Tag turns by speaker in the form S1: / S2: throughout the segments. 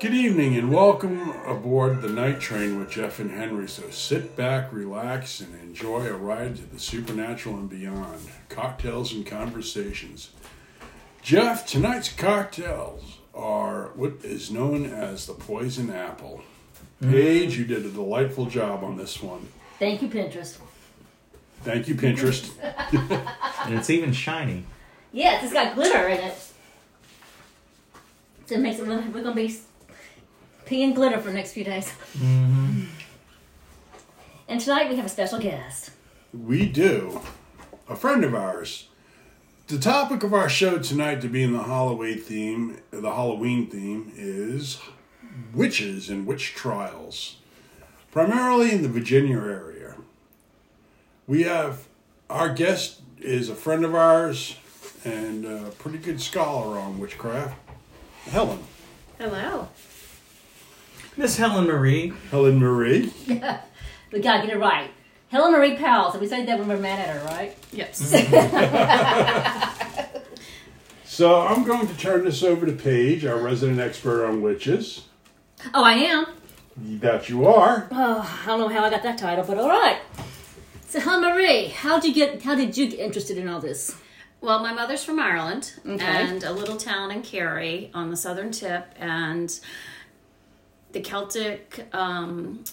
S1: Good evening and welcome aboard the night train with Jeff and Henry. So sit back, relax, and enjoy a ride to the supernatural and beyond. Cocktails and conversations. Jeff, tonight's cocktails are what is known as the poison apple. Paige, you did a delightful job on this one.
S2: Thank you, Pinterest.
S1: Thank you, Pinterest.
S3: And it's even shiny.
S2: Yes, it's got glitter in it. So it makes it look we're gonna be peeing glitter for the next few days. Mm-hmm. And tonight we have a special guest.
S1: We do. A friend of ours. The topic of our show tonight to be in the Halloween theme, the Halloween theme is witches and witch trials, primarily in the Virginia area. We have our guest is a friend of ours and a pretty good scholar on witchcraft, Helen.
S4: Hello.
S3: Miss Helen Marie.
S1: Helen Marie.
S2: We gotta get it right. Helen Marie Powell. So we said that when we're mad at her, right?
S4: Yes.
S1: So I'm going to turn this over to Paige, our resident expert on witches.
S2: Oh, I am.
S1: That you are.
S2: Oh, I don't know how I got that title, but all right. So, Helen Marie, how did you get? How did you get interested in all this?
S4: well, my mother's from Ireland
S2: Okay.
S4: and a little town in Kerry on the southern tip, and the Celtic. Um,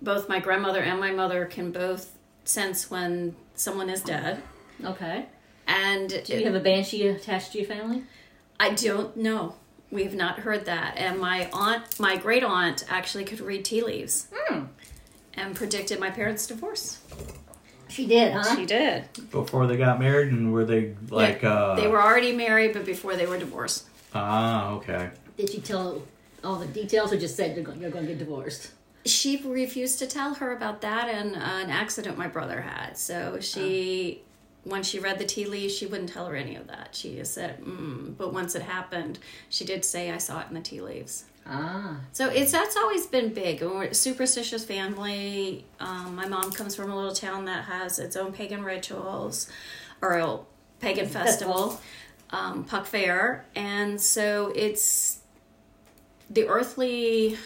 S4: both my grandmother and my mother can both sense when someone is dead,
S2: Okay.
S4: and
S2: Do you have a banshee attached to your family?
S4: I don't know. We have not heard that. And my aunt, my great aunt, actually could read tea leaves and predicted my parents' divorce.
S2: She did, huh?
S4: She did.
S3: Before they got married, and were they like? uh
S4: they were already married, but before they were divorced.
S3: Ah, okay.
S2: Did she tell all the details, or just said you're going, you're going to get divorced?
S4: she refused to tell her about that and uh, an accident my brother had. So she, when she read the tea leaves, she wouldn't tell her any of that. She just said, mm. but once it happened, she did say, I saw it in the tea leaves.
S2: Ah,
S4: So it's that's always been big. And we're a superstitious family. Um, my mom comes from a little town that has its own pagan rituals, or a pagan festival, um, Puck Fair, and so it's the earthly.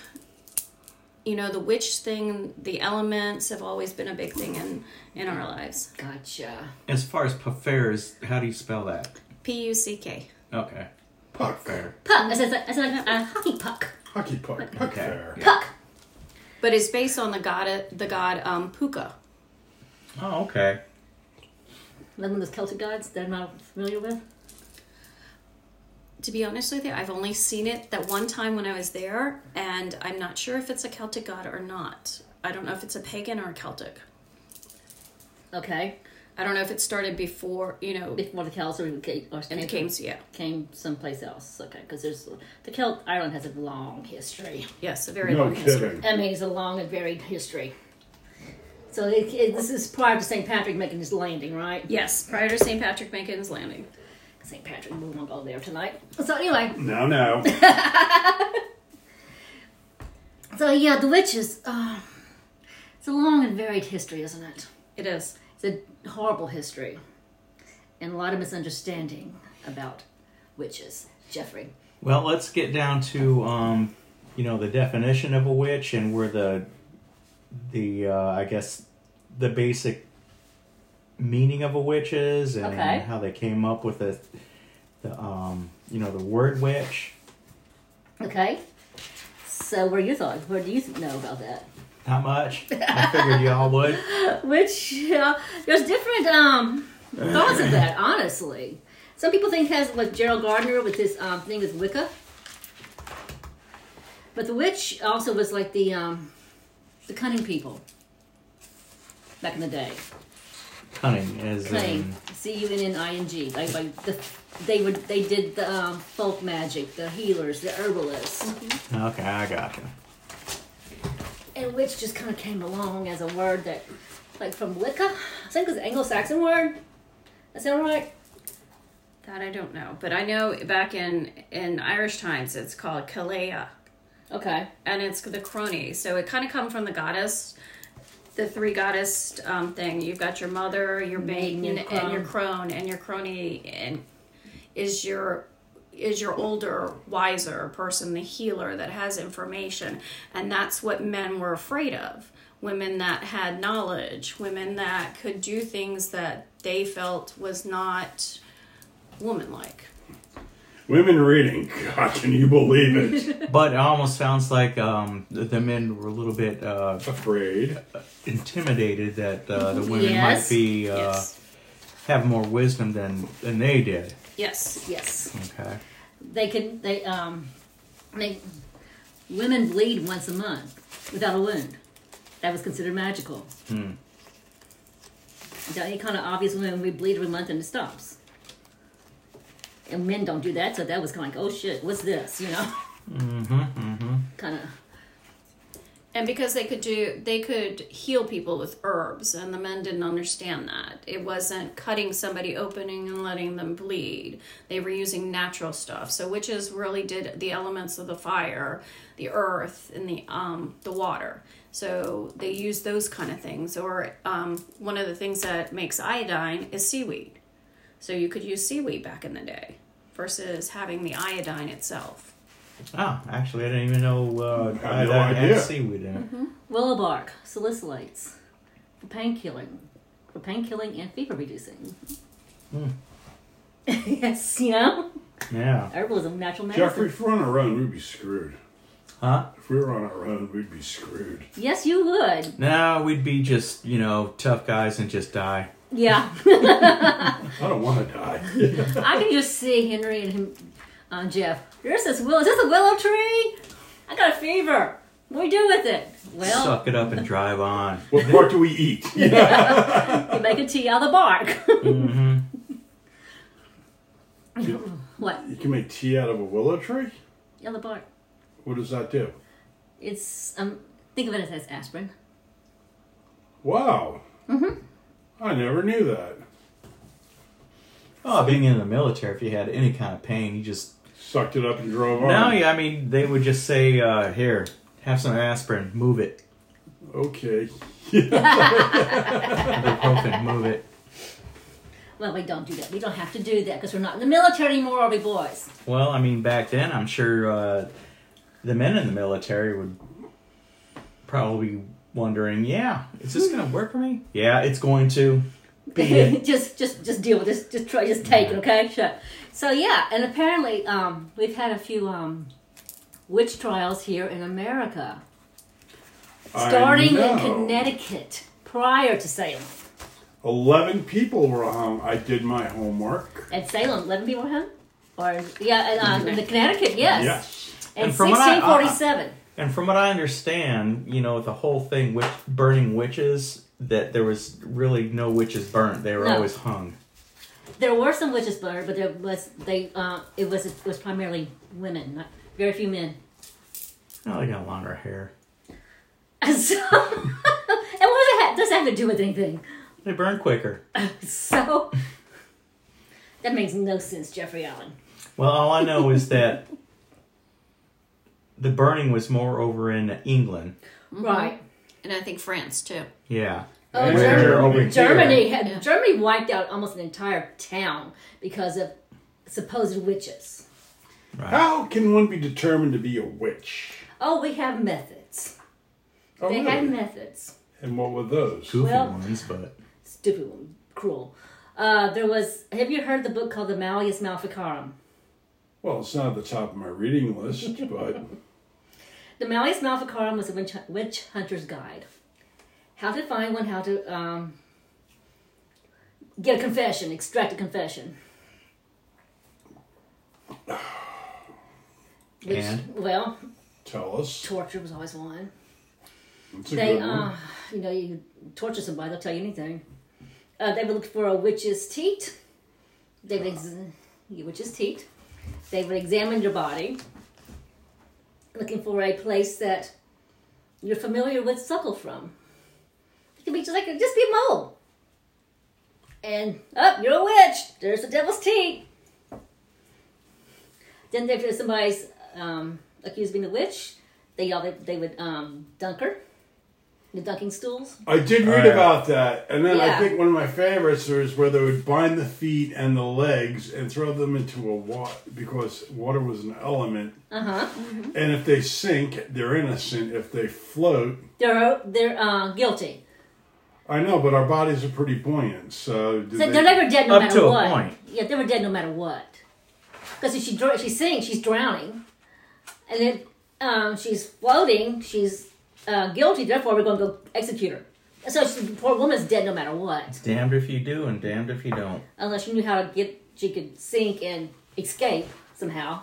S4: You know, the witch thing, the elements have always been a big thing in in our lives.
S2: gotcha.
S3: As far as puffers, how do you spell that?
S4: P U C K.
S3: Okay.
S1: Puck
S3: Fair.
S2: Puck. It's, it's, it's like a uh, hockey puck.
S1: Hockey puck. Puck
S3: Okay.
S1: fair.
S2: Puck.
S4: But it's based on the god the god um, Puka.
S3: Oh, okay.
S2: Remember those Celtic gods that I'm not familiar with?
S4: to be honest with you, I've only seen it that one time when I was there, and I'm not sure if it's a Celtic god or not. I don't know if it's a pagan or a Celtic.
S2: Okay.
S4: I don't know if it started before, you know,
S2: Before the Celts or, ca- or
S4: and
S2: came,
S4: it came to yeah.
S2: came someplace else. Okay, because there's the Celt Ireland has a long history.
S4: Yes, a very
S1: No
S4: long history.
S1: kidding.
S2: I mean, it's a long and varied history. So it, it, this is prior to St. Patrick making his landing, right?
S4: Yes, prior to St. Patrick Bacon's landing.
S2: St. Patrick, we won't go there tonight. So anyway,
S1: No, no.
S2: so yeah, the witches. Uh, it's a long and varied history, isn't it?
S4: It is.
S2: It's a horrible history, and a lot of misunderstanding about witches. Jeffrey.
S3: Well, let's get down to um, you know, the definition of a witch and where the the uh, I guess the basic meaning of a witch is and
S2: Okay.
S3: how they came up with the the um, you know, the word witch.
S2: Okay. So, what are your thoughts? What do you th- know about that?
S3: Not much. I figured y'all would.
S2: Which uh, there's different um, thoughts of that. Honestly, some people think it has what Gerald Gardner with his um, thing with Wicca, but the witch also was like the um, the cunning people back in the day.
S3: Cunning as
S2: Cunning,
S3: in
S2: C U N N I N G. Like, like the, they would they did the um, folk magic, the healers, the herbalists,
S3: Okay, I gotcha.
S2: and witch just kind of came along as a word that, like from Wicca, I think it was an Anglo-Saxon word. That sound right?
S4: That I don't know. But I know back in in Irish times it's called Kalea.
S2: Okay.
S4: and it's the crony. So it kind of come from the goddess, the three goddess um, thing. You've got your mother, your maiden,
S2: Maiden and
S4: and, your crone, and your crony, and is your is your older, wiser person, the healer that has information. And that's what men were afraid of women that had knowledge, women that could do things that they felt was not womanlike.
S1: Women reading. God, can you believe it?
S3: But it almost sounds like um, the, the men were a little bit uh,
S1: Afraid.
S3: intimidated that uh, the women
S2: Yes.
S3: might be uh,
S4: yes.
S3: have more wisdom than than they did.
S4: Yes.
S2: Yes,
S3: Okay.
S2: they could. They um, they women bleed once a month without a wound. That was considered magical. Without any kind of obvious wound, we bleed every month and it stops. And men don't do that, so that was kind of like, oh shit, what's this? You know. Mm-hmm. Kind of.
S4: And because they could do, they could heal people with herbs, and the men didn't understand that. It wasn't cutting somebody opening and letting them bleed. They were using natural stuff. So witches really did the elements of the fire, the earth, and the um the water. So they used those kind of things. Or um, one of the things that makes iodine is seaweed. So you could use seaweed back in the day, versus having the iodine itself.
S3: Oh, actually, I didn't even know uh,
S1: I
S3: I
S1: had no idea.
S3: had seaweed in it.
S2: Willow bark, salicylates, for pain killing, for pain killing and fever reducing. yes, you know,
S3: Yeah.
S2: herbalism, natural medicine.
S1: Jeffrey, if we were on our own, we'd be screwed.
S3: Huh?
S1: If we were on our own, we'd be screwed.
S2: Yes, you would.
S3: No, we'd be just you know tough guys and just die.
S2: Yeah,
S1: I don't want to die.
S2: I can just see Henry and him, um, Jeff. Here's this willow. Is this a willow tree? I got a fever. What do we do with it? Well,
S3: Suck it up and drive on.
S1: what part do we eat? Yeah.
S2: you make a tea out of the bark.
S1: You
S2: what?
S1: you can make tea out of a willow tree?
S2: Yellow bark.
S1: What does that do?
S2: It's um. Think of it as aspirin.
S1: Wow. Mm-hmm. I never knew that.
S3: Oh, being in the military, if you had any kind of pain, you just
S1: Sucked it up and drove on.
S3: no. Yeah, I mean, they would just say, uh, "Here, have some aspirin. Move it.
S1: Okay.
S3: Ibuprofen. move it."
S2: Well, we don't do that. We don't have to do that because we're not in the military anymore, are we, boys?
S3: Well, I mean, back then, I'm sure uh, the men in the military would probably be wondering, "Yeah, is this going to work for me? Yeah, it's going to." Beat it.
S2: just just just deal with this. Just try just take it, okay? Sure. So yeah, and apparently um we've had a few um witch trials here in America.
S1: I
S2: Starting in
S1: know.
S2: Connecticut prior to Salem.
S1: Eleven people were home. I did my homework.
S2: At Salem, eleven people were hung? Or yeah, and, uh, in the Connecticut, yes.
S1: Yes.
S2: In
S3: Mm-hmm. And from what I-
S2: sixteen forty seven.
S3: And from what I understand, you know, the whole thing with burning witches, that there was really no witches burnt; they were
S2: No.
S3: always hung.
S2: There were some witches burned, but there was they uh it was it was primarily women, not very few men.
S3: Oh, they got longer hair.
S2: So, and what does it have, does that have to do with anything?
S3: They burn quicker.
S2: So that makes no sense, Jeffrey Allen.
S3: Well, all I know is that the burning was more over in England.
S2: Right.
S4: And I think France too.
S3: Yeah.
S2: Oh,
S3: Where
S1: Germany.
S3: over here-
S2: Germany had Germany wiped out almost an entire town because of supposed witches.
S1: How can one be determined to be a witch?
S2: Oh, we have methods.
S1: Oh,
S2: They
S1: really?
S2: had methods.
S1: and what were those?
S3: Goofy
S2: Well-
S3: ones, but
S2: Stupid one, cruel. Uh, there was. Have you heard the book called The Malleus Maleficarum?
S1: Well, it's not at the top of my reading list, but
S2: The Malleus Maleficarum was a witch, witch hunter's guide. How to find one, how to um, get a confession, extract a confession. Which,
S3: And?
S2: Well,
S1: tell us.
S2: torture was always one.
S1: It's a
S2: They,
S1: good one.
S2: uh, you know, you torture somebody, they'll tell you anything. Uh, they would look for a witch's teat. They would ex- your witch's teat. They would examine your body, looking for a place that you're familiar with suckle from. It could be just like just be a mole. And oh, you're a witch. There's the devil's teat. Then if there's somebody's um, accused of being a witch, they all they, they would um, dunk her The dunking stools.
S1: I did read
S3: Alright.
S1: about that, and then I
S2: Yeah.
S1: think one of my favorites was where they would bind the feet and the legs and throw them into a water because water was an element, Mm-hmm.
S2: Uh huh.
S1: and if they sink, they're innocent. If they float,
S2: They're they're uh, guilty.
S1: I know, but our bodies are pretty buoyant, so, do
S2: So
S1: they-
S2: they're never dead no
S3: Up
S2: matter
S3: to a
S2: what.
S3: point.
S2: Yeah, they were dead no matter what. Because if she dr- she sings, she's drowning, and then um, she's floating. She's uh, guilty. Therefore, we're going to go execute her. So she, the poor woman's dead no matter what,
S3: Damned if you do and damned if you don't.
S2: unless she knew how to get. She could sink and escape somehow.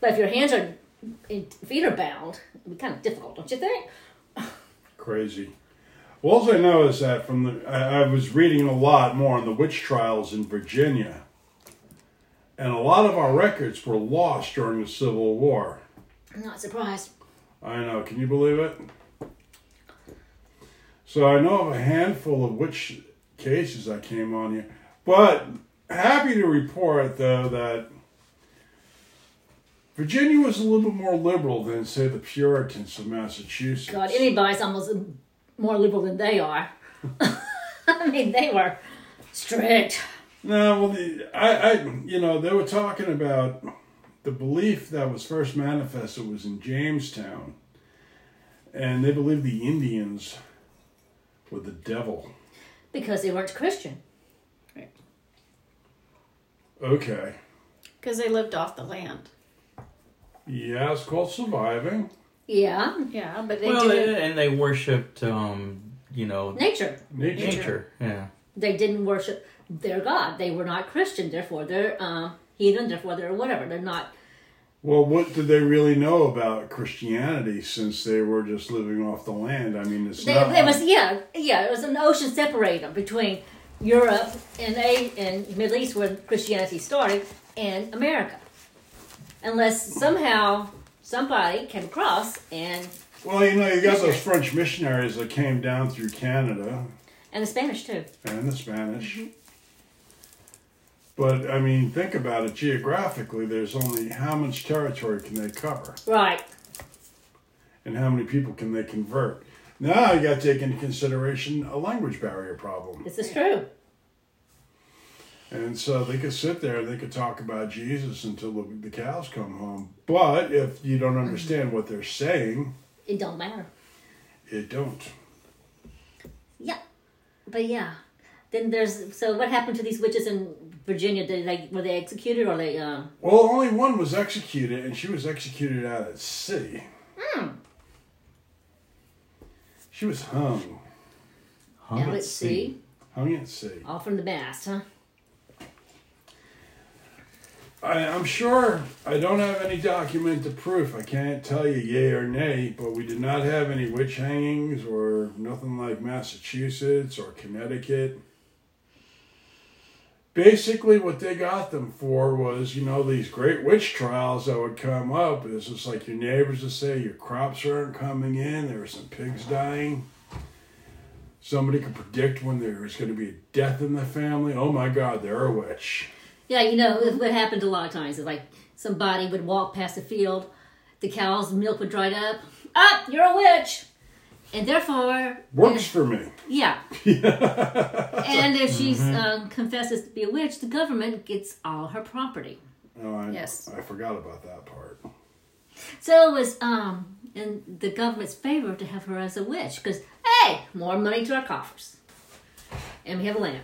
S2: But if your hands are and feet are bound, it'd be kind of difficult, don't you think?
S1: crazy. Well, all I know is that from the I, I was reading a lot more on the witch trials in Virginia, and a lot of our records were lost during the Civil War.
S2: I'm not surprised.
S1: I know. Can you believe it? So I know of a handful of witch cases I came on here, but happy to report though that Virginia was a little bit more liberal than say the Puritans of Massachusetts.
S2: God, anybody's almost more liberal than they are. I mean, they were strict.
S1: No, well, the, I, I, you know, they were talking about the belief that was first manifested was in Jamestown, and they believed the Indians were the devil.
S2: Because they weren't Christian.
S1: Okay,
S4: because they lived off the land.
S1: yeah, it's called surviving.
S2: Yeah.
S4: Yeah, but they
S3: Well,
S4: didn't.
S3: they- and they worshipped, um, you know,
S2: Nature.
S1: Nature.
S3: nature. Yeah.
S2: They didn't worship their God. They were not Christian, therefore they're uh, heathen, therefore they're whatever. They're not.
S1: Well, what did they really know about Christianity since they were just living off the land? I mean, it's
S2: They,
S1: not.
S2: it was yeah, yeah. It was an ocean separator between Europe and a and Middle East, where Christianity started, and America. Unless somehow somebody came across and
S1: well, you know, you got those French missionaries that came down through Canada.
S2: and the Spanish too.
S1: and the Spanish. But I mean, think about it geographically. There's only how much territory can they cover,
S2: Right.
S1: and how many people can they convert? Now you got to take into consideration a language barrier problem,
S2: This is true.
S1: and so they could sit there and they could talk about Jesus until the, the cows come home. But if you don't understand what they're saying,
S2: It don't matter.
S1: it don't.
S2: Yeah, but yeah. Then there's so what happened to these witches in Virginia? Did they were they executed or they? Uh,
S1: Well, only one was executed, and she was executed out at sea. She was hung,
S3: Hung
S2: now
S3: at
S2: Oh, let's see.
S1: hung at sea.
S2: All from the mast, huh?
S1: I, I'm sure I don't have any document to proof. I can't tell you yay or nay, but we did not have any witch hangings or nothing like Massachusetts or Connecticut. Basically, what they got them for was, you know, these great witch trials that would come up. It's just like your neighbors would say your crops aren't coming in, there were some pigs dying. Somebody could predict when there was going to be a death in the family. Oh my God, they're a witch.
S2: Yeah, you know what happened a lot of times is like somebody would walk past the field, the cow's milk would dry up. Up, you're a witch, and therefore,
S1: Works for me.
S2: yeah. and if she uh, confesses to be a witch, the government gets all her property.
S1: Oh, I,
S4: Yes.
S1: I forgot about that part.
S2: So it was um in the government's favor to have her as a witch because hey, more money to our coffers, and we have land.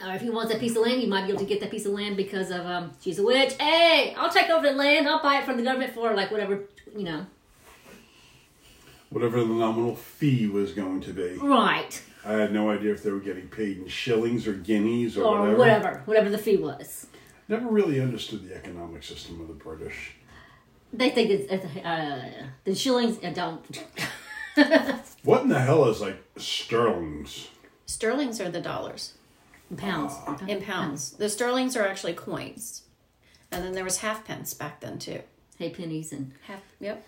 S2: Or if you want that piece of land, you might be able to get that piece of land because of um she's a witch. Hey, I'll take over the land. I'll buy it from the government for like whatever you know.
S1: Whatever the nominal fee was going to be.
S2: Right
S1: I had no idea if they were getting paid in shillings or guineas or,
S2: or
S1: whatever.
S2: whatever, whatever, the fee was.
S1: Never really understood the economic system of the British.
S2: They think it's uh, the shillings and don't.
S1: What in the hell is like sterlings?
S4: Sterlings are the dollars
S2: Pounds.
S4: in pounds. The sterlings are actually coins, and then there was halfpence back then too.
S2: Hey, pennies and
S4: Half. Yep.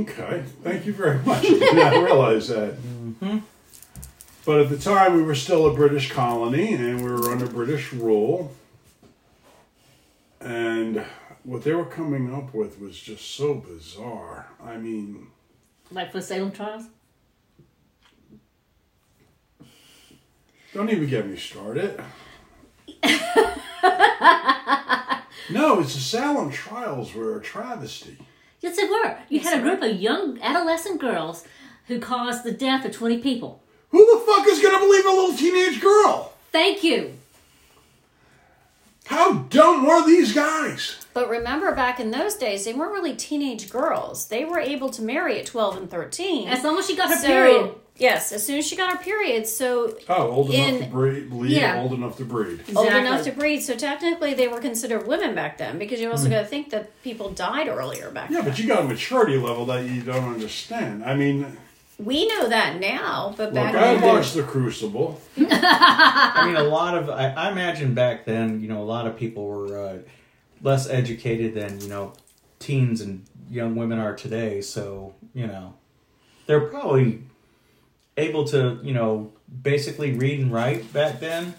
S1: Okay, thank you very much. I did not realize that. But at the time, we were still a British colony and we were under British rule. And what they were coming up with was just so bizarre. I mean,
S2: Like for Salem trials?
S1: Don't even get me started. no, it's the Salem trials were a travesty.
S2: Yes, they were. You had a group of young adolescent girls who caused the death of 20 people.
S1: Who the fuck is gonna believe a little teenage girl?
S2: Thank you.
S1: How dumb were these guys?
S4: But remember, back in those days, they weren't really teenage girls. They were able to marry at 12 and 13.
S2: As long as she got her
S4: So-
S2: period.
S4: Yes, as soon as she got her period. So
S1: Oh, old enough
S4: In-
S1: to breed, bleed,
S2: yeah.
S1: old enough to breed.
S4: old
S2: Exactly.
S4: enough to breed. So technically, they were considered women back then because you also
S2: Mm.
S4: got to think that people died earlier back
S1: Yeah,
S4: then.
S1: but you got a maturity level that you don't understand. I mean,
S4: We know that now, but
S1: look,
S4: back
S1: I
S4: then.
S1: watched The Crucible.
S3: I mean, a lot of I, I imagine back then, you know, a lot of people were uh, less educated than you know teens and young women are today. So you know, they're probably able to you know basically read and write back then.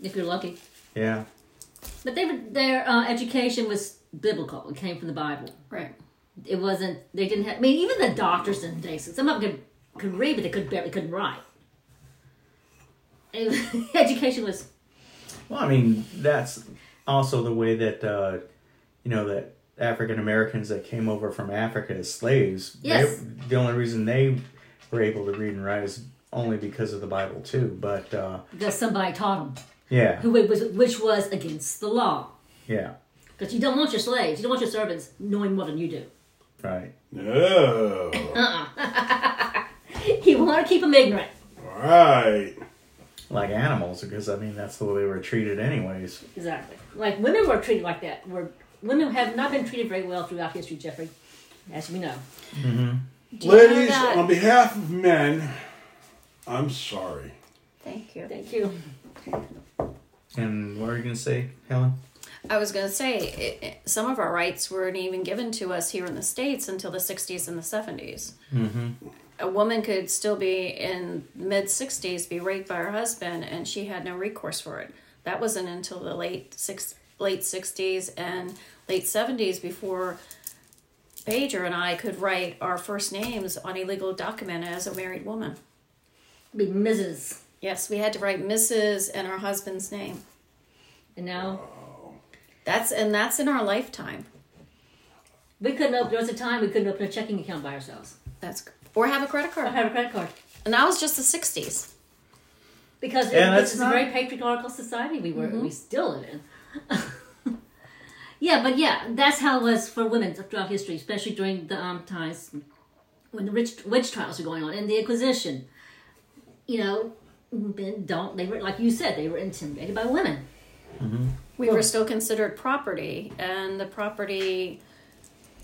S2: If you're lucky.
S3: Yeah,
S2: But they were, their uh, education was biblical. It came from the Bible.
S4: Right.
S2: It wasn't, they didn't have, I mean, even the doctors in the day, some of them could, could read, but they could barely couldn't write. It- education was,
S3: well, I mean, that's also the way that uh, you know that African Americans that came over from Africa as slaves. they-
S2: Yes.
S3: the only reason they were able to read and write is only because of the Bible too. But uh,
S2: because somebody taught them,
S3: yeah,
S2: who, was, which was against the law.
S3: yeah.
S2: Because you don't want your slaves, you don't want your servants knowing more than you do.
S3: Right.
S1: No.
S2: You want to keep them ignorant.
S1: All right.
S3: Like animals, because I mean that's the way they were treated, anyways.
S2: Exactly. Like women were treated like that. Were women have not been treated very well throughout history, Jeffrey, as we know.
S4: Do you know
S1: Ladies,
S4: that-
S1: on behalf of men, I'm sorry.
S4: Thank you.
S2: Thank you.
S3: And what are you gonna say, Helen?
S4: I was going to say, it, it- some of our rights weren't even given to us here in the States until the 60s and the 70s. A woman could still be in mid 60s, be raped by her husband, and she had no recourse for it. That wasn't until the late six, late 60s and late 70s before Pager and I could write our first names on a legal document as a married woman.
S2: Be Mrs.
S4: Yes, we had to write Mrs. and our husband's name.
S2: And now
S4: That's and that's in our lifetime.
S2: we couldn't open. There was a time we couldn't open a checking account by ourselves.
S4: That's or have a credit
S2: I
S4: card.
S2: have a credit card
S4: And that was just the 60s.
S2: because it-
S3: Yeah,
S2: this
S3: that's
S2: is a
S3: not-
S2: very patriarchal society we were. We still live in. yeah, but yeah, that's how it was for women throughout history, especially during the um, times when the rich, witch trials were going on and the Inquisition. You know, men don't they were like you said they were intimidated by women.
S4: We were still considered property, and the property,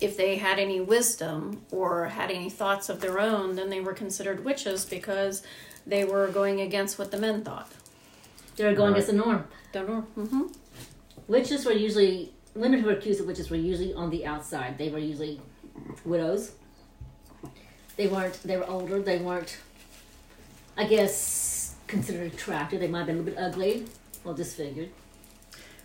S4: if they had any wisdom or had any thoughts of their own, then they were considered witches because they were going against what the men thought.
S2: They were going
S3: Right.
S2: against the norm.
S4: Don't know. hmm
S2: Witches were usually women who were accused of witches were usually on the outside. They were usually widows. They weren't. They were older. They weren't. I guess considered attractive. They might have been a little bit ugly or disfigured.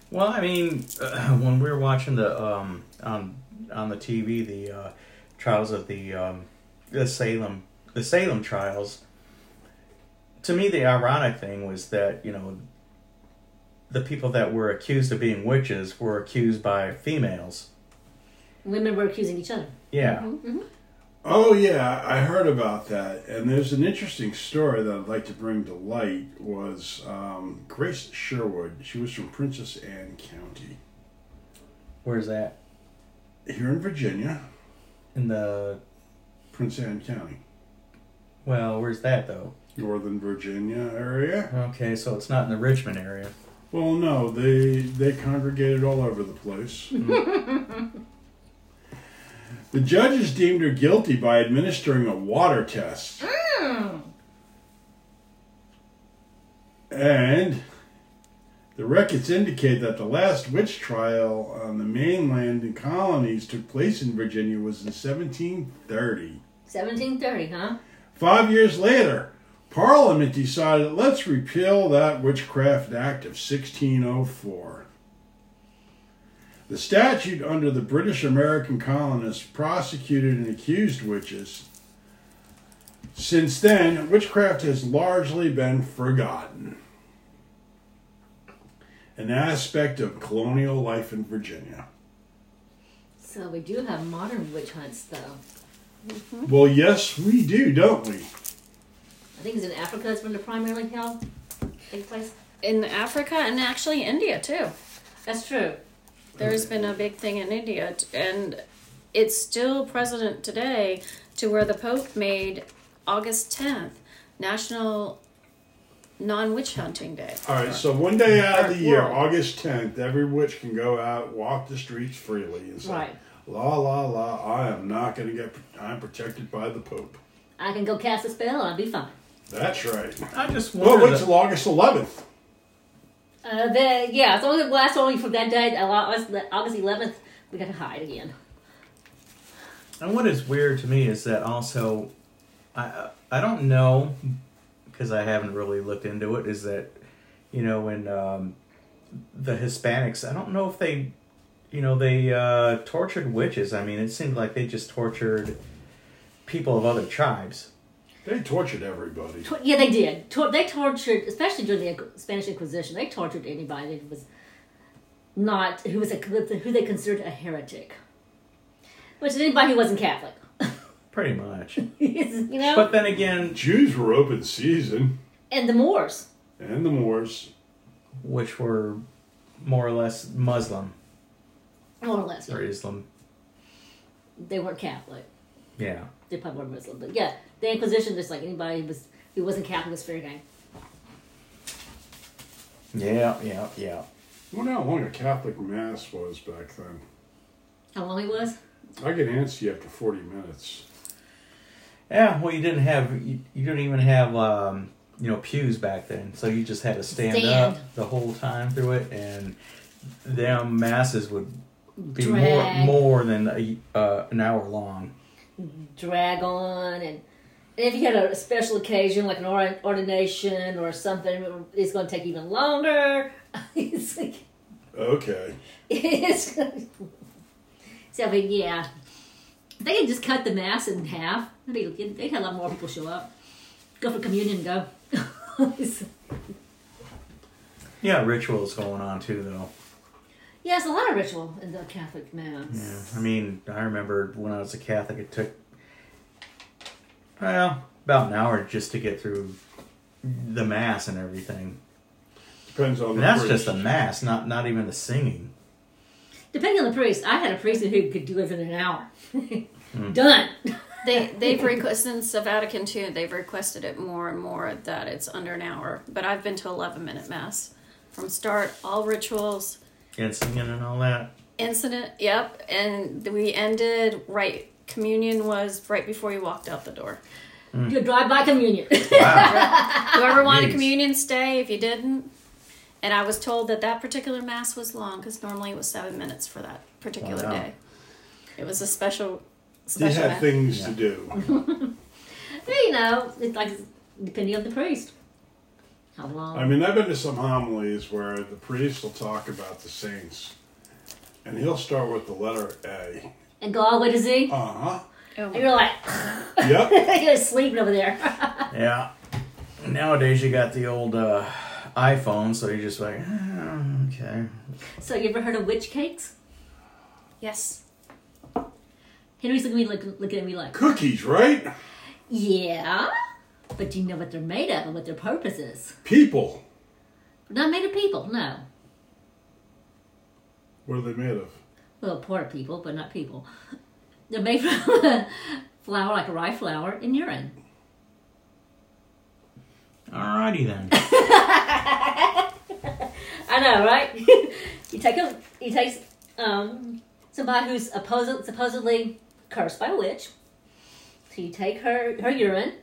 S3: Well, I mean, uh, when we were watching the um on on the TV the uh, trials of the um the Salem the Salem trials. To me, the ironic thing was that you know the people that were accused of being witches were accused by females.
S2: Women were accusing each other.
S3: Yeah.
S1: Oh yeah, I heard about that. And there's an interesting story that I'd like to bring to light was um, Grace Sherwood. She was from Princess Anne County
S3: Where's that
S1: here in Virginia,
S3: in the
S1: Prince Anne County,
S3: well? Where's that though?
S1: Northern Virginia area.
S3: Okay, so it's not in the Richmond area.
S1: Well, no, they they congregated all over the place. the judges deemed her guilty by administering a water test. And the records indicate that the last witch trial on the mainland and colonies took place in Virginia was in 1730.
S2: 1730, huh?
S1: Five years later, Parliament decided let's repeal that Witchcraft Act of 1604. The statute under the British American colonists prosecuted and accused witches Since then, witchcraft has largely been forgotten. An aspect of colonial life in Virginia.
S2: So we do have modern witch hunts, though.
S1: Well, yes, we do, don't we?
S2: I think it's in Africa that's when the primarily held take place.
S4: in Africa and actually India too.
S2: That's true.
S4: There's been a big thing in India, t- and it's still precedent today to where the Pope made August 10th National Non Witch Hunting Day.
S1: All right, so one day out of the year,
S4: Alright.
S1: August 10th, every witch can go out, walk the streets freely, and say,
S2: Right.
S1: La, la, la, I am not going to get, I'm protected by the Pope.
S2: I can go cast a spell and I'll be fine.
S1: That's right.
S3: I just uh,
S1: Well,
S3: wonder.
S1: wait till August 11th.
S2: Uh, the, yeah, it's only, well, that's only from that day, uh, August August 11th. We gotta hide again.
S3: And what is weird to me is that also, I I don't know, because I haven't really looked into it. Is that you know in um, the Hispanics? I don't know if they, you know, they uh, tortured witches. I mean, it seemed like they just tortured people of other tribes.
S1: They tortured everybody.
S2: Tor- yeah, they did. Tor- they tortured, especially during the Inqu- Spanish Inquisition. They tortured anybody that was not who was a, who they considered a heretic, which is anybody who wasn't Catholic.
S3: Pretty much.
S2: you know,
S3: But then again,
S1: Jews were open season,
S2: and the Moors.
S1: and the Moors.
S3: which were more or less Muslim
S2: More or less. yeah.
S3: or Islam.
S2: They weren't Catholic.
S3: Yeah.
S2: They probably weren't Muslim. But yeah, the Inquisition, just like anybody who, was, who wasn't Catholic was fair game.
S3: Yeah, yeah, yeah.
S1: I wonder how long a Catholic Mass was back then.
S2: How long he was?
S1: I get antsy after 40 minutes.
S3: Yeah, well, you didn't have you, you didn't even have um, you know pews back then, so you just had to stand,
S2: Stand.
S3: up the whole time through it, and them masses would be
S2: Drag.
S3: more more than a, uh, an hour long.
S2: Drag on and. And if you had a special occasion, like an or- ordination or something, it's going to take even longer. it's like,
S1: Okay.
S2: it's so, but yeah, If they could just cut the mass in half. They'd, be- they'd have a lot more people show up. Go for communion, go.
S3: Yeah, rituals going on too, though.
S2: yeah, it's a lot of ritual in the Catholic mass.
S3: Yeah, I mean, I remember when I was a Catholic, it took well about an hour just to get through the mass and everything.
S1: Depends on the
S3: And that's
S1: priest.
S3: just the mass, not not even the singing.
S2: Depending on the priest, I had a priest who could do it in an hour. Done.
S4: They, they've requested, since the Vatican II, they've requested it more and more that it's under an hour. But I've been to 11 minute Mass from start, all rituals,
S3: And singing and all that.
S4: incident, yep. And we ended right, communion was right before you walked out the door.
S2: You drive by communion.
S3: Wow.
S4: Whoever wanted
S3: Yes.
S4: communion, stay. If you didn't, and I was told that that particular mass was long because normally it was seven minutes for that particular
S3: Wow.
S4: day. It was a special,
S1: They
S4: special.
S1: had
S4: mass.
S1: things
S3: Yeah.
S1: to do.
S2: you know, it's like depending on the priest. How long?
S1: I mean, I've been to some homilies where the priest will talk about the saints, and he'll start with the letter A.
S2: and go all the way to Z.
S1: Uh huh.
S4: Oh,
S2: And you're like,
S1: Yep.
S2: you're sleeping over there.
S3: Yeah. Nowadays, you got the old uh, iPhone, so you're just like, "Ah, okay.
S2: So you ever heard of witch cakes?
S4: yes,
S2: Henry's looking at me, look, looking at me like,
S1: Cookies, right?
S2: yeah, but you know what they're made of and what their purpose is.
S1: People.
S2: They're not made of people, no.
S1: What are they made of?
S2: Well, poor people, but not people. They're made from flour, like rye flour, and urine.
S3: Alrighty then.
S2: I know, right? you take a you take um somebody who's supposed, supposedly cursed by a witch. So you take her her urine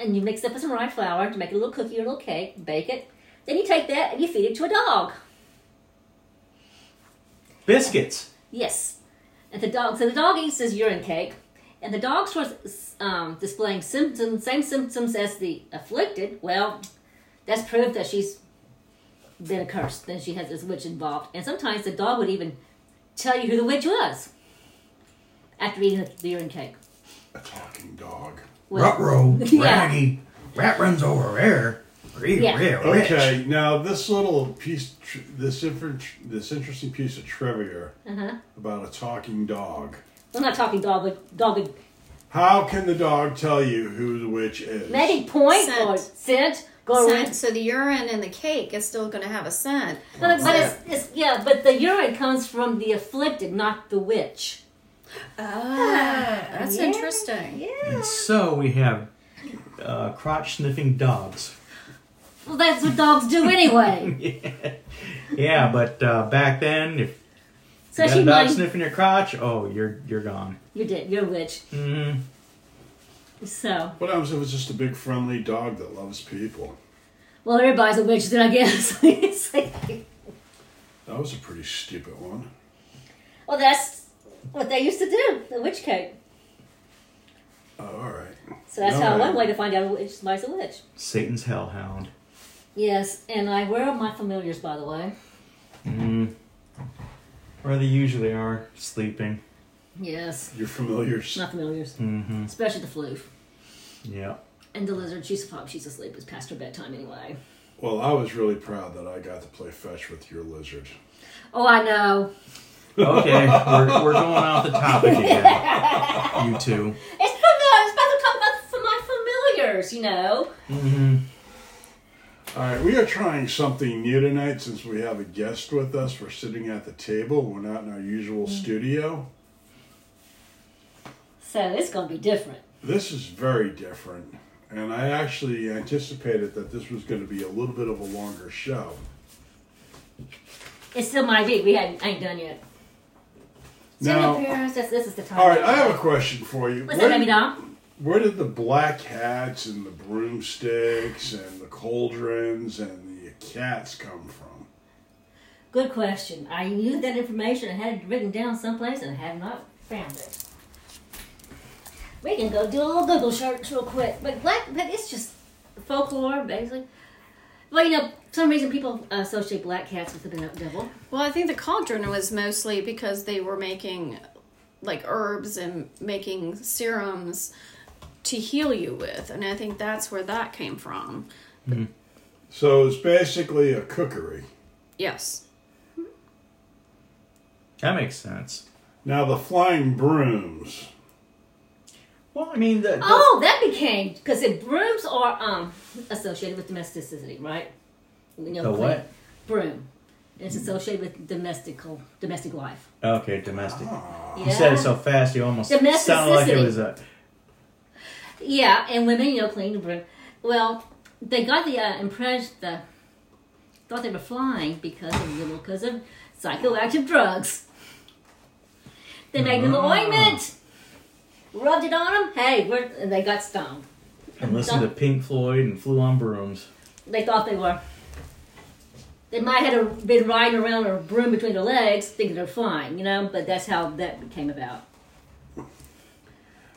S2: and you mix it up with some rye flour to make a little cookie or a little cake, bake it. Then you take that and you feed it to a dog.
S3: Biscuits.
S2: Yes. And the dog so the dog eats this urine cake and the dog starts um, displaying symptoms same symptoms as the afflicted, well, that's proof that she's been accursed, then she has this witch involved. And sometimes the dog would even tell you who the witch was after eating the urine cake.
S1: A talking dog.
S2: Well-
S5: Rutro,
S2: Yeah.
S5: Raggy, rat runs over there. Ree,
S2: Yeah.
S5: ree, rich.
S1: Okay, now this little piece, tr- this infer- this interesting piece of trivia about a talking dog.
S2: We're not talking dog, but dog.
S1: How can the dog tell you who the witch is?
S2: At any point
S4: Scent.
S2: or scent, go
S4: Scent.
S2: around.
S4: So the urine in the cake is still going to have a scent.
S2: But, but it's, it's, yeah, but the urine comes from the afflicted, not the witch.
S4: Ah, that's
S2: yeah.
S4: interesting.
S2: Yeah.
S3: So we have uh, crotch sniffing dogs.
S2: Well, that's what dogs do anyway.
S3: Yeah, but uh, back then, if you got
S2: Especially
S3: a dog
S2: mine.
S3: sniffing your crotch, oh, you're you're gone.
S2: You did. You're a witch.
S3: Mm,
S2: So,
S1: What happens if it's just a big friendly dog that loves people?
S2: well, everybody's a witch then, I guess. It's like-
S1: That was a pretty stupid one.
S2: well, that's what they used to do. The witch cake.
S1: Oh, all right.
S2: So that's how
S1: No.
S2: one way to find out which somebody's a witch.
S3: Satan's hellhound.
S2: Yes, and I where are my familiars, by the way?
S3: Mm. Where they usually are, sleeping.
S2: Yes,
S1: Your familiars.
S2: not familiars,
S3: Mm-hmm.
S2: especially the floof
S3: Yeah.
S2: and the lizard. She's probably she's asleep. It's past her bedtime anyway.
S1: Well, I was really proud that I got to play fetch with your lizard.
S2: Oh, I know.
S3: Okay, we're, we're going off the topic again. You two.
S2: It's from the, it's about to talk about for my familiars. You know.
S3: Mm-hmm.
S1: All right, we are trying something new tonight since we have a guest with us. We're sitting at the table. We're not in our usual studio.
S2: So it's gonna be different.
S1: This is very different, and I actually anticipated that this was going to be a little bit of a longer show.
S2: It still might be. We hadn't ain't done yet. So
S1: Now-
S2: appearance, this, this is the time.
S1: All right, I have a question for you.
S2: What's that,
S1: Where-
S2: baby doll?
S1: Where did the black hats and the broomsticks and the cauldrons and the cats come from?
S2: Good question. I knew that information. I had it written down someplace and I have not found it. We can go do a little Google search real quick. But black, but it's just folklore, basically. Well, you know, for some reason people uh, associate black cats with the Bene- devil.
S4: Well, I think the cauldron was mostly because they were making like herbs and making serums to heal you with, and I think that's where that came from.
S1: So it's basically a cookery.
S4: Yes.
S3: That makes sense.
S1: Now the flying brooms.
S3: Well, I mean, the, the-
S2: Oh, that became because brooms are um associated with domesticity, right? You know,
S3: The
S2: clean-
S3: what?
S2: Broom. It's associated with domestical domestic life.
S3: Okay, domestic.
S2: Yeah.
S3: You said it so fast, you almost sounded like it
S2: Domesticity.
S3: was a.
S2: Yeah, and women, you know, clean the broom. Well, they got the uh, impression the thought they were flying because of you know, because of psychoactive drugs. They made them
S3: Ah.
S2: ointment, rubbed it on them. Hey, we're, and they got stoned.
S3: And listened to Pink Floyd and flew on brooms.
S2: They thought they were. They might have been riding around a broom between their legs, thinking they're flying, you know. But that's how that came about.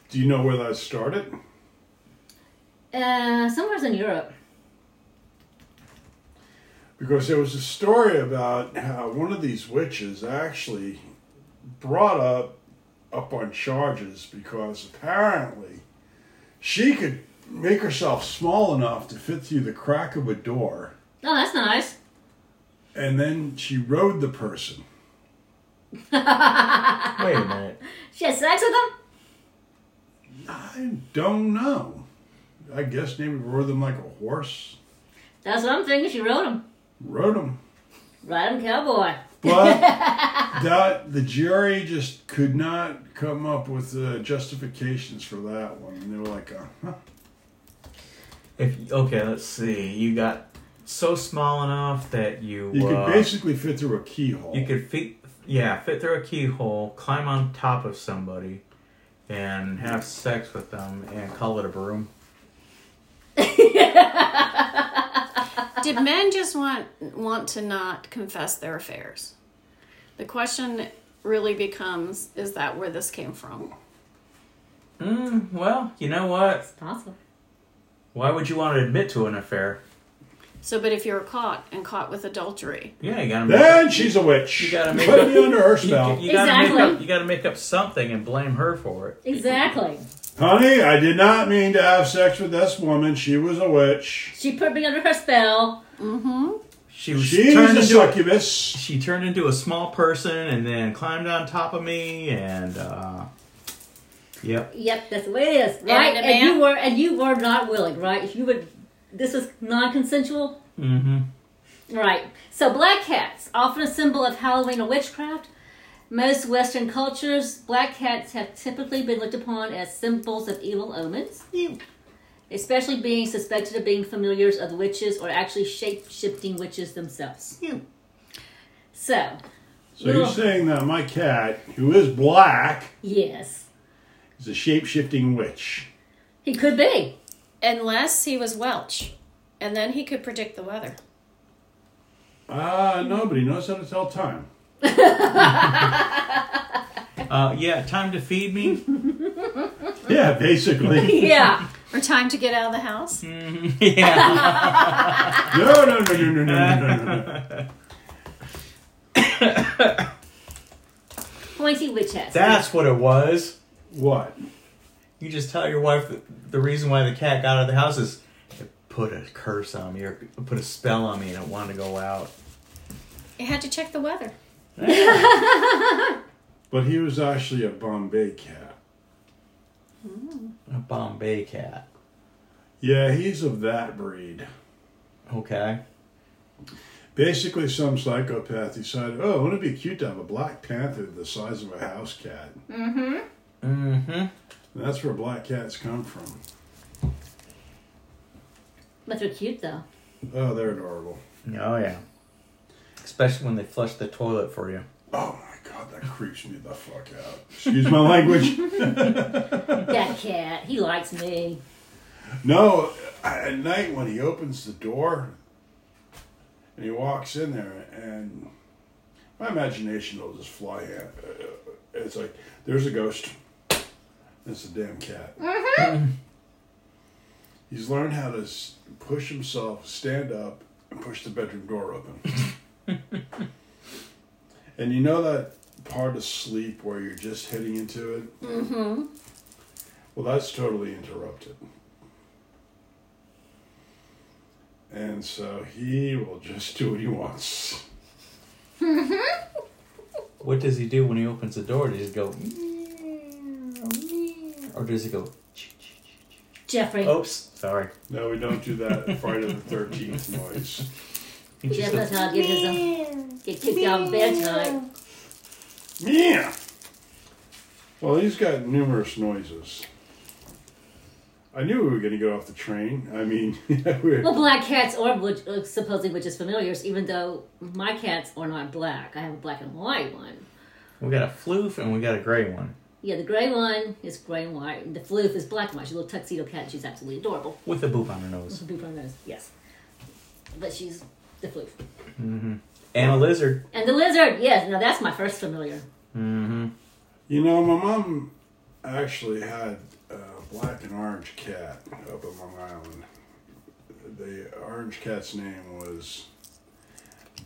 S1: Do you know where that started?
S2: Uh, somewhere's in Europe.
S1: Because there was a story about how one of these witches actually brought up up on charges because apparently she could make herself small enough to fit through the crack of a door
S2: Oh, that's nice.
S1: and then she rode the person.
S3: Wait a minute.
S2: She had sex with them.
S1: I don't know. I guess maybe rode them like a horse.
S2: That's what I'm thinking. She rode them.
S1: Rode them.
S2: Ride 'em, cowboy.
S1: But that the jury just could not come up with uh, justifications for that one. And they were like, uh huh.
S3: If okay, let's see. You got so small enough that you
S1: You
S3: uh,
S1: could basically fit through a keyhole.
S3: you could fit yeah fit through a keyhole, climb on top of somebody, and have sex with them, and call it a broom.
S4: Did men just want want to not confess their affairs? The question really becomes is that where this came from?
S3: Mm, well, you know what?
S2: It's possible.
S3: Why would you want to admit to an affair?
S4: So but if you were caught and caught with adultery,
S3: Yeah, you gotta make
S1: Then
S3: up-
S1: she's a witch.
S3: You gotta make
S1: Put
S3: up-
S1: me under her
S3: you,
S1: spell.
S3: you gotta make
S2: Exactly.
S3: up you gotta make up something and blame her for it.
S2: Exactly.
S1: Honey, I did not mean to have sex with this woman. She was a witch.
S2: She put me under her spell.
S3: She was
S1: She's
S3: turned
S1: a
S3: into
S1: succubus.
S3: she turned into a small person and then climbed on top of me and uh yep
S2: Yep, that's the way it is, right?
S4: the
S2: And,
S4: man-
S2: you were and you were not willing, right? You would. This was non-consensual,
S3: mm-hmm
S2: right? So black cats, often a symbol of Halloween or witchcraft. Most Western cultures, black cats have typically been looked upon as symbols of evil omens, especially being suspected of being familiars of the witches or actually shape-shifting witches themselves. So,
S1: So you're
S2: Ugh.
S1: saying that my cat, who is black,
S2: yes,
S1: is a shape shifting witch.
S2: he could be.
S4: Unless he was Welch, and then he could predict the weather.
S1: Ah, nobody knows how to tell time.
S3: uh yeah time to feed me
S1: Yeah, basically.
S2: Yeah.
S4: Or time to get out of the house.
S3: yeah
S1: No, no, no, no, no, no, no, no, no.
S2: Pointy witch hats.
S3: that's what it was
S1: What?
S3: you just tell your wife that the reason why the cat got out of the house is it put a curse on me or put a spell on me and it wanted to go out
S4: He had to check the weather.
S1: But he was actually a Bombay cat.
S3: a bombay cat
S1: Yeah, he's of that breed.
S3: okay
S1: Basically, some psychopath decided, oh, wouldn't it be cute to have a black panther the size of a house cat?
S3: mm-hmm
S1: And that's where black cats come from.
S2: But they're cute though.
S1: Oh, they're adorable.
S3: oh yeah especially when they flush the toilet for you
S1: Oh my god, that creeps me the fuck out. Excuse my language.
S2: That cat, he likes me.
S1: No, at night when he opens the door and he walks in there, and my imagination will just fly. In. Uh, It's like there's a ghost. It's a damn cat. He's learned how to s- push himself, stand up, and push the bedroom door open. and you know that part of sleep where you're just hitting into it. Mm-hmm. Well, that's totally interrupted. And so he will just do what he wants.
S3: What does he do when he opens the door? Does he go, meow, meow, or does he go, "Ch- ch- ch- ch-"
S2: Jeffrey.
S3: oops, sorry.
S1: No, we don't do that Friday the Thirteenth noise.
S3: He
S2: Jeff
S3: just
S2: does
S3: goes,
S2: not get his um, get kicked out of bed tonight.
S1: Yeah. Well, he's got numerous noises. I knew we were going to get off the train. I mean, we're,
S2: Well, black cats are which, uh, supposedly witches familiars, even though my cats are not black. I have a black and white one.
S3: we got a floof and we got a gray one
S2: Yeah, the gray one is gray and white. and The floof is black and white. She's a little tuxedo cat. and She's absolutely adorable.
S3: with a boop on her nose
S2: Some people don't know. Yes, but she's the floof.
S3: and a lizard.
S2: And the lizard. Yes, now that's my first familiar.
S1: you know, my mom actually had a black and orange cat up in Long Island. The orange cat's name was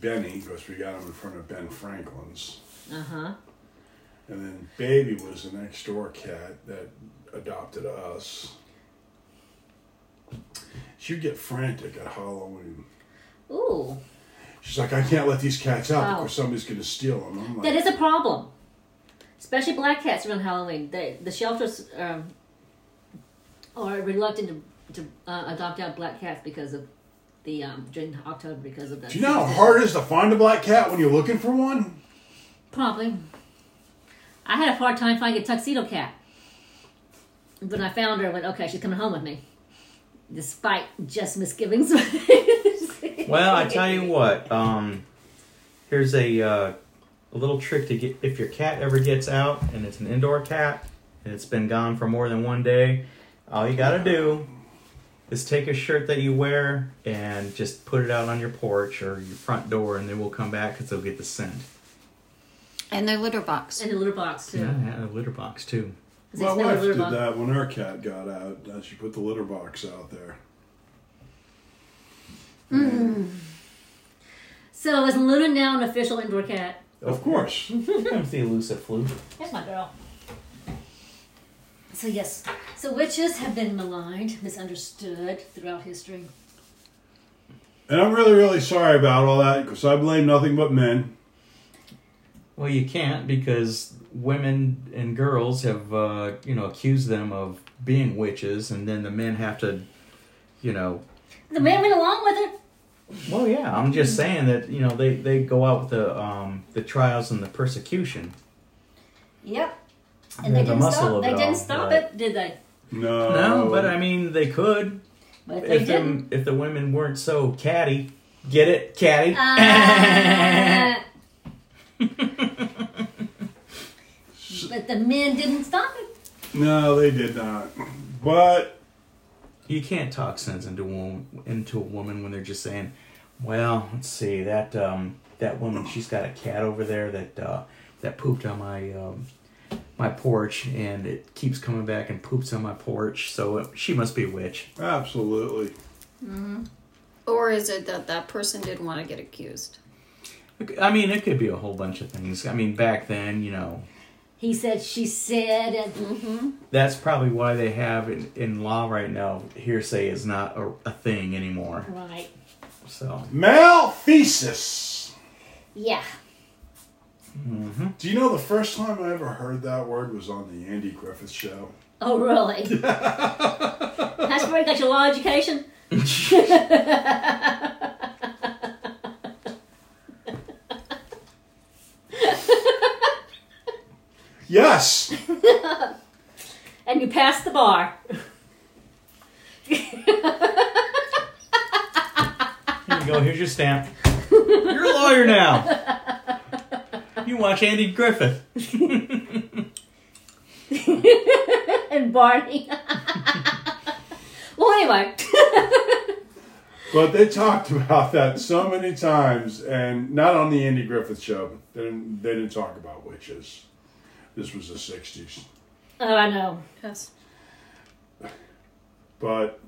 S1: Benny because we got him in front of Ben Franklin's.
S2: Uh huh.
S1: And then Baby was the next door cat that adopted us. She'd get frantic at Halloween.
S2: Ooh,
S1: She's like, I can't let these cats out
S2: Wow.
S1: because somebody's going to steal them. I'm like,
S2: Oh. that is a problem, especially black cats around Halloween. They, the shelters um, are reluctant to, to uh, adopt out black cats because of the um, during October because of the.
S1: Do you know how hard it is to find a black cat when you're looking for one?
S2: Probably. I had a hard time finding a tuxedo cat. When I found her, I went, okay, she's coming home with me. Despite just misgivings.
S3: Well, I tell you what, um, here's a uh, a little trick to get if your cat ever gets out and it's an indoor cat and it's been gone for more than one day. All you gotta do is take a shirt that you wear and just put it out on your porch or your front door, and they will come back because they'll get the scent.
S4: And their litter box.
S2: And the litter box, too.
S3: Yeah, and a litter box too.
S2: Does
S1: Mm-hmm.
S2: it
S1: My
S2: smell like
S1: wife
S2: litter
S1: did
S2: box?
S1: that when her cat got out. Uh, She put the litter box out there.
S2: So is Luna now an official indoor cat?
S1: Of course.
S3: Here comes the elusive flu.
S2: That's my girl. So yes, so witches have been maligned, misunderstood throughout history.
S1: And I'm really, really sorry about all that because I blame nothing but men.
S3: Well, you can't because women and girls have, uh, you know, accused them of being witches, and then the men have to, you know.
S2: The man went along with it.
S3: Well, yeah, I'm just saying that you know they, they go out with the um, the trials and the persecution.
S2: Yep.
S3: Yeah,
S2: And they
S3: the
S2: didn't
S3: muscle
S2: stop.
S3: of
S2: They
S3: it all,
S2: didn't stop
S3: right.
S2: it, did they?
S1: No.
S3: No, but I mean they could
S2: But they
S3: if
S2: didn't.
S3: the, if the women weren't so catty. Get it, catty.
S2: Uh, but the men didn't stop it.
S1: No, they did not. But
S3: You can't talk sense into a woman, into a woman when they're just saying, "Well, let's see that um, that woman. She's got a cat over there that uh, that pooped on my um, my porch, and it keeps coming back and poops on my porch. So it, she must be a witch."
S1: absolutely.
S4: Or is it that that person didn't want to get accused?
S3: I mean, it could be a whole bunch of things. I mean, back then, you know,
S2: He said, she said, and
S3: that's probably why they have in, in law right now hearsay is not a, a thing anymore.
S2: right.
S3: So
S1: Malfeasance.
S2: Yeah.
S1: Do you know the first time I ever heard that word was on the Andy Griffith Show?
S2: Oh, really? That's where you got your law education?
S1: Yes.
S2: And you passed the bar.
S3: Here you go. Here's your stamp. You're a lawyer now. You watch Andy Griffith.
S2: And Barney. well, anyway.
S1: But they talked about that so many times, and not on the Andy Griffith Show. They didn't, they didn't talk about witches. This was the 60s.
S2: Oh, I know.
S4: Yes.
S1: But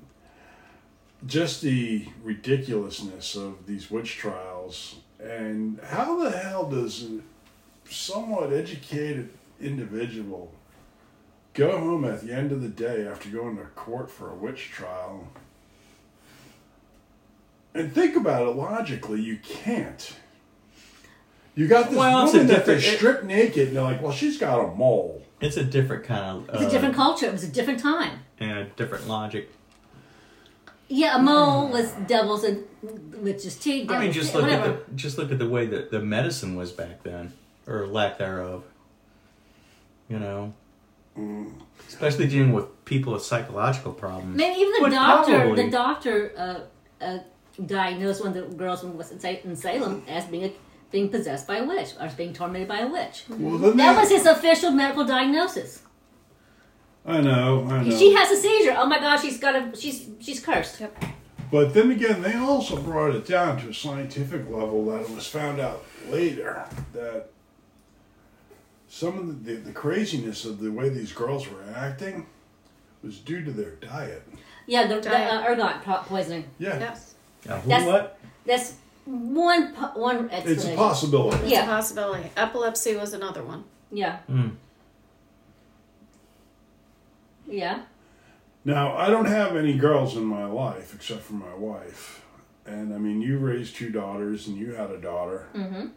S1: just the ridiculousness of these witch trials, and how the hell does a somewhat educated individual go home at the end of the day after going to court for a witch trial? And think about it logically, you can't. You got this
S3: Well, it's a
S1: woman that they
S3: different- it-
S1: strip naked, and they're like, "Well, she's got a mole."
S3: It's a different kind of. uh,
S2: It's a different culture. It was a different time.
S3: and a different logic.
S2: Yeah, a mole was devils and witches tea.
S3: Hmm. I mean,
S2: devil's
S3: just
S2: tea,
S3: look
S2: whatever.
S3: at the just look at the way that the medicine was back then, or lack thereof. You know, especially dealing with people with psychological problems.
S2: Maybe even the
S3: Well,
S2: doctor,
S3: probably.
S2: the doctor uh, uh, diagnosed one of the girls when was in Sa- in Salem as being a, being possessed by a witch or as being tormented by a witch.
S1: Well, then
S2: That
S1: they-
S2: was his official medical diagnosis.
S1: I know, I know.
S2: She has a seizure. Oh my gosh, she's got a she's she's cursed.
S1: But then again, they also brought it down to a scientific level that it was found out later that some of the, the, the craziness of the way these girls were acting was due to their diet.
S2: Yeah, the, the uh,
S4: Diet.
S2: ergot po- poisoning.
S1: Yeah,
S4: Yes.
S3: Now, who
S2: That's-
S3: what?
S2: That's one po- one
S1: it's a
S2: explanation.
S1: possibility.
S4: It's
S2: Yeah.
S4: a possibility. Epilepsy was another one.
S2: yeah,
S3: Mm.
S2: yeah.
S1: Now, I don't have any girls in my life except for my wife. And I mean, you raised two daughters and you had a daughter. Mm-hmm.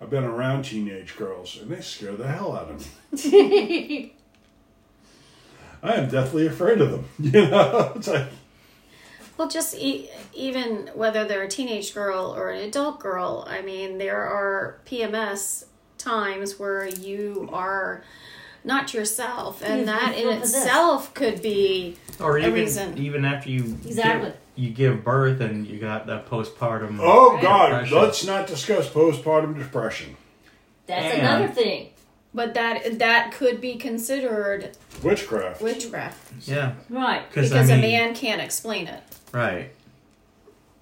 S1: I've been around teenage girls and they scare the hell out of me. I am deathly afraid of them. You know, it's like,
S4: Well, just e- even whether they're a teenage girl or an adult girl, I mean, there are PMS times where you are not yourself, and
S2: You-
S4: that
S2: you
S4: in
S2: feel possessed.
S4: itself could be
S3: Or even
S4: reason.
S3: even after you
S2: Exactly.
S3: give, you give birth and you got that postpartum.
S1: oh God,
S3: Depression.
S1: let's not discuss postpartum depression,
S2: That's
S3: And-
S2: another thing.
S4: but that that could be considered
S1: witchcraft.
S4: witchcraft
S3: yeah,
S2: Right.
S3: because I
S4: because
S3: mean,
S4: a man can't explain it.
S3: right?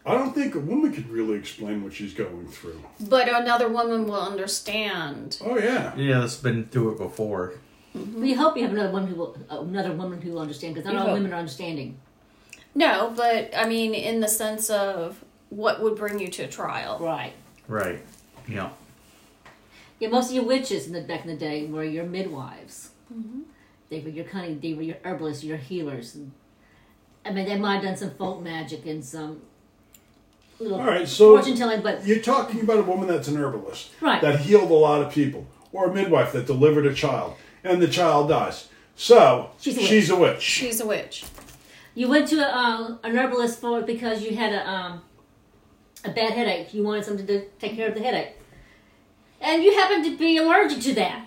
S1: I don't think a woman could really explain what she's going through.
S4: But another woman will understand.
S1: Oh yeah,
S3: Yeah, that's been through it before.
S2: We
S1: Mm-hmm.
S2: hope you have another woman who will uh, another woman who will understand because
S4: We
S2: not all
S4: hope.
S2: women are understanding.
S4: No, but I mean, in the sense of what would bring you to trial.
S2: Right.
S3: Right. Yeah.
S1: Mm-hmm.
S2: Yeah, most of your witches in the back in the day were your midwives. They were your cunning, they were your herbalists, your healers. I mean, they might have done some folk magic and some little
S1: All right, so-
S2: fortune telling, but
S1: You're talking about a woman that's an herbalist,
S2: Right.
S1: That healed a lot of people, or a midwife that delivered a child, and the child dies. So
S2: She's a
S1: she's a witch.
S4: She's a witch.
S2: You went to a, um, an herbalist for because you had a um, a bad headache. You wanted something to take care of the headache, and you happened to be allergic to that.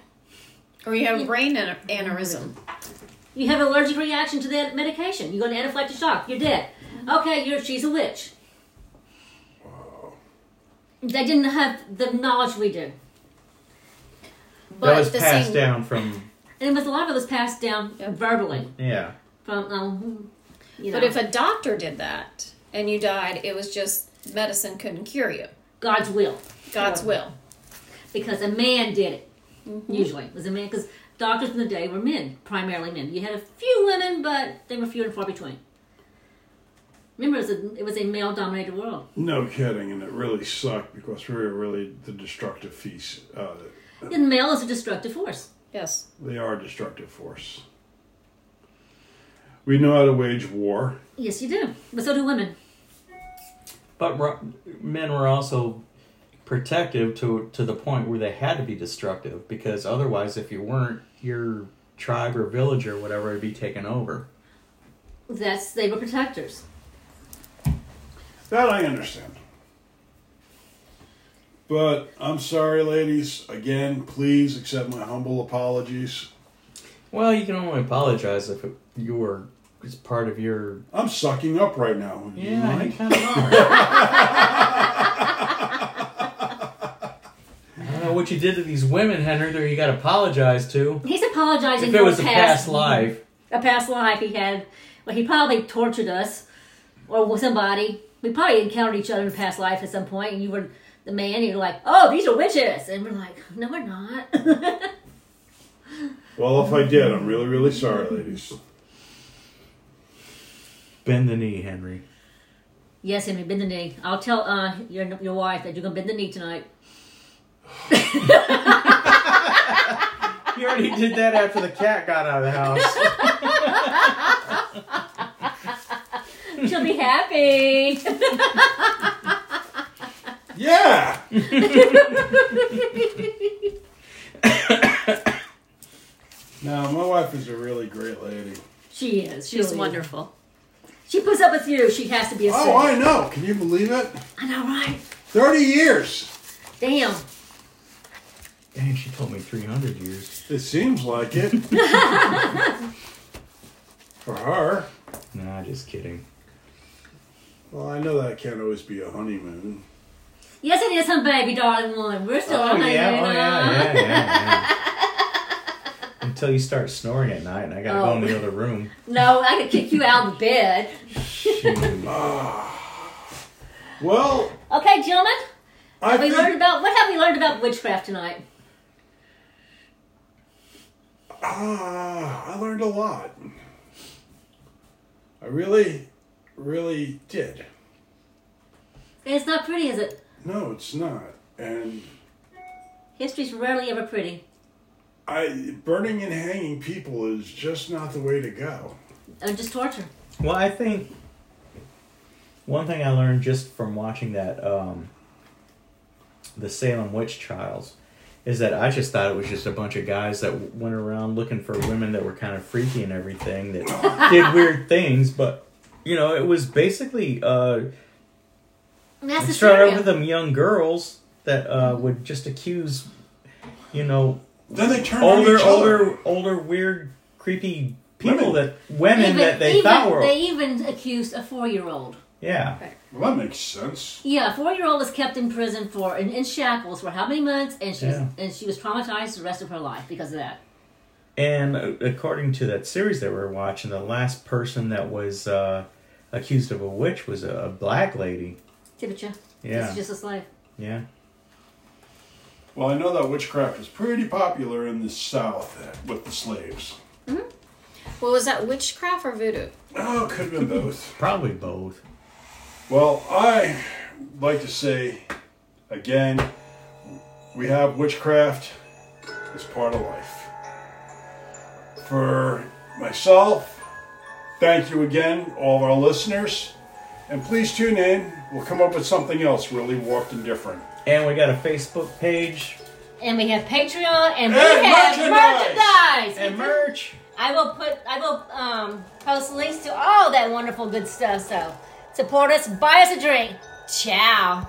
S4: Or you have a brain ana- aneurysm.
S2: You have an allergic reaction to that medication. You go into anaphylactic shock. You're dead. Okay, you're she's a witch. They didn't have the knowledge we do,
S4: But
S3: that was
S4: the
S3: passed
S4: same-
S3: down from
S2: and it was a lot of it was passed down verbally
S3: yeah.
S2: from um, you know.
S4: But if a doctor did that and you died, it was just medicine couldn't cure you.
S2: God's will.
S4: God's will.
S2: because a man did it. Usually, it was a man because doctors in the day were men, primarily men. You had a few women, but they were few and far between. Remember, it was a, it was a male-dominated world.
S1: No kidding, and it really sucked because we were really the destructive feast. Uh,
S2: And male is a destructive force.
S4: Yes.
S1: they are a destructive force. We know how to wage war.
S2: Yes, you do, but so do women.
S3: But ru- men were also protective to to the point where they had to be destructive because otherwise, if you weren't, your tribe or village or whatever would be taken over.
S2: That's they were protectors.
S1: That I understand. But I'm sorry, ladies. Again, please accept my humble apologies.
S3: Well, you can only apologize if it, you were it's part of your
S1: I'm sucking up right now. Do you
S3: yeah. You
S1: mind?
S3: kind of are. I don't know what you did to these women, Henry. That you got to apologize to.
S2: He's apologizing
S3: If it
S2: for
S3: was a past life,
S2: a past life he had. Well, he probably tortured us or with somebody. We probably encountered each other in a past life at some point, and you were the man, and you're like, oh, these are witches. And we're like, no, we're not.
S1: Well, if I did, I'm really, really sorry, ladies.
S3: bend the knee, Henry.
S2: yes, Henry, bend the knee. I'll tell uh, your, your wife that you're going to bend the knee tonight.
S3: You already did that after the cat got out of the house.
S2: She'll be happy.
S1: Yeah! now, my wife is a really great lady.
S2: she is.
S4: She's
S2: She's wonderful.
S4: wonderful.
S2: She puts up with you. She has to be a
S1: Oh, I know. Can you believe it?
S2: I know, right?
S1: 30 years.
S2: Damn.
S3: Dang, she told me 300 years.
S1: It seems like it. For her.
S3: Nah, just kidding.
S1: Well, I know that can't always be a honeymoon.
S2: Yes, it is, huh, baby, darling one. We're still on Uh-huh. honeymoon, huh?
S3: Oh, yeah, yeah. Until you start snoring at night, and I gotta
S2: Oh.
S3: go in the other room.
S2: No, I could kick you out of bed.
S1: Well,
S2: Okay, gentlemen.
S1: I
S2: We learned
S1: think,
S2: about what have we learned about witchcraft tonight?
S1: ah, I learned a lot. I really, really did.
S2: It's not pretty, is it?
S1: No, it's not. And
S2: History's rarely ever pretty.
S1: I burning and hanging people is just not the way to go.
S2: Or Uh, just torture.
S3: Well, I think one thing I learned just from watching that, um, the Salem witch trials, is that I just thought it was just a bunch of guys that w- went around looking for women that were kind of freaky and everything that did weird things, but you know, it was basically uh,
S2: And that's
S3: it
S2: the
S3: started out with
S2: serial.
S3: them young girls that uh, would just accuse, you know,
S1: Then they turn on
S3: older,
S1: each
S3: older,
S1: other.
S3: older, weird, creepy people
S1: Women.
S3: that women that they
S2: even,
S3: thought were
S2: they even accused a four-year-old.
S3: yeah.
S1: Well, that makes sense.
S2: Yeah, a four-year-old was kept in prison for in, in shackles for how many months, and she
S3: Yeah.
S2: was, and she was traumatized the rest of her life because of that.
S3: And uh, according to that series that we were watching, the last person that was uh, accused of a witch was a, a black lady.
S2: Tippitcha.
S3: Yeah.
S2: It's just a slave.
S3: Yeah.
S1: Well, I know that witchcraft was pretty popular in the South eh, with the slaves.
S4: Well, was that witchcraft or voodoo?
S1: Oh, could have been both.
S3: Probably both.
S1: Well, I like to say again, we have witchcraft as part of life. for myself. Thank you again, all of our listeners. And please tune in. We'll come up with something else really warped and different.
S3: And we got a Facebook page
S2: And we have Patreon and we
S1: And
S2: have
S1: merchandise!
S2: merchandise.
S3: and merch.
S2: I will put I will um, post links to all that wonderful good stuff. So support us, buy us a drink. Ciao.